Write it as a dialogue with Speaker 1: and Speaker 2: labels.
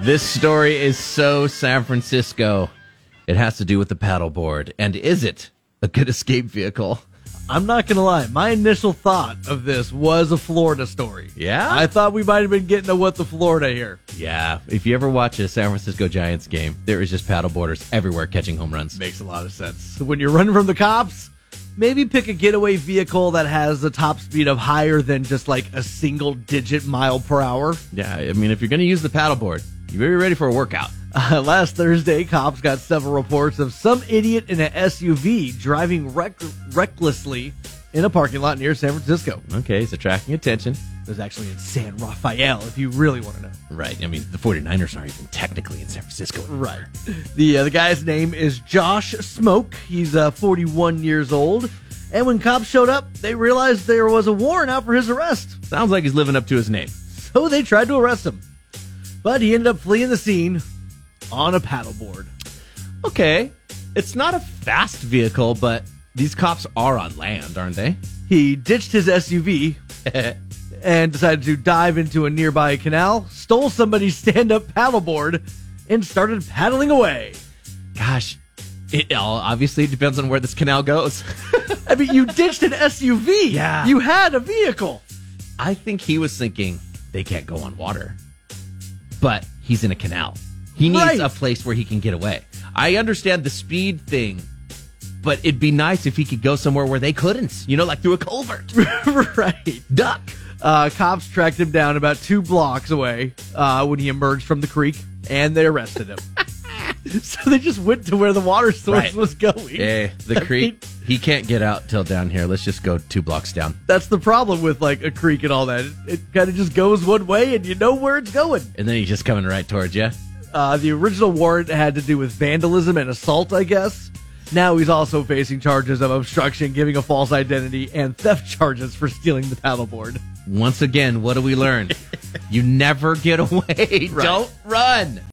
Speaker 1: This story is so San Francisco. It has to do with the paddleboard. And is it a good escape vehicle?
Speaker 2: I'm not gonna lie. My initial thought of this was a Florida story.
Speaker 1: Yeah?
Speaker 2: I thought we might have been getting to what the Florida here.
Speaker 1: Yeah. If you ever watch a San Francisco Giants game, there is just paddleboarders everywhere catching home runs.
Speaker 2: Makes a lot of sense. When you're running from the cops, maybe pick a getaway vehicle that has a top speed of higher than just like a single digit mile per hour.
Speaker 1: Yeah. I mean, if you're going to use the paddleboard, you better be ready for a workout.
Speaker 2: Uh, last Thursday, cops got several reports of some idiot in an SUV driving rec- recklessly in a parking lot near San Francisco.
Speaker 1: Okay. It's attracting attention.
Speaker 2: It was actually in San Rafael, if you really want to know.
Speaker 1: Right. I mean, the 49ers aren't even technically in San Francisco.
Speaker 2: Right. The uh, the guy's name is Josh Smoke. He's uh, 41 years old. And when cops showed up, they realized there was a warrant out for his arrest.
Speaker 1: Sounds like he's living up to his name.
Speaker 2: So they tried to arrest him. But he ended up fleeing the scene on a paddleboard.
Speaker 1: Okay. It's not a fast vehicle, but these cops are on land, aren't they?
Speaker 2: He ditched his SUV and decided to dive into a nearby canal, stole somebody's stand up paddleboard, and started paddling away.
Speaker 1: Gosh. It all obviously depends on where this canal goes.
Speaker 2: I mean, you ditched an SUV.
Speaker 1: Yeah.
Speaker 2: You had a vehicle.
Speaker 1: I think he was thinking they can't go on water, but he's in a canal. He needs
Speaker 2: Right.
Speaker 1: a place where he can get away. I understand the speed thing, but it'd be nice if he could go somewhere where they couldn't, you know, like through a culvert.
Speaker 2: right.
Speaker 1: Duck.
Speaker 2: Uh, cops tracked him down about two blocks away uh, when he emerged from the creek, and they arrested him. so they just went to where the water source
Speaker 1: Right.
Speaker 2: was going.
Speaker 1: Yeah, Eh, the
Speaker 2: I
Speaker 1: creek.
Speaker 2: mean,
Speaker 1: He can't get out till down here. Let's just go two blocks down.
Speaker 2: that's the problem with like a creek and all that. It, it kind of just goes one way, and you know where it's going.
Speaker 1: And then he's just coming right towards you.
Speaker 2: Uh, the original warrant had to do with vandalism and assault, I guess. Now he's also facing charges of obstruction, giving a false identity, and theft charges for stealing the paddleboard.
Speaker 1: Once again, what do we learn? you never get away. Don't run.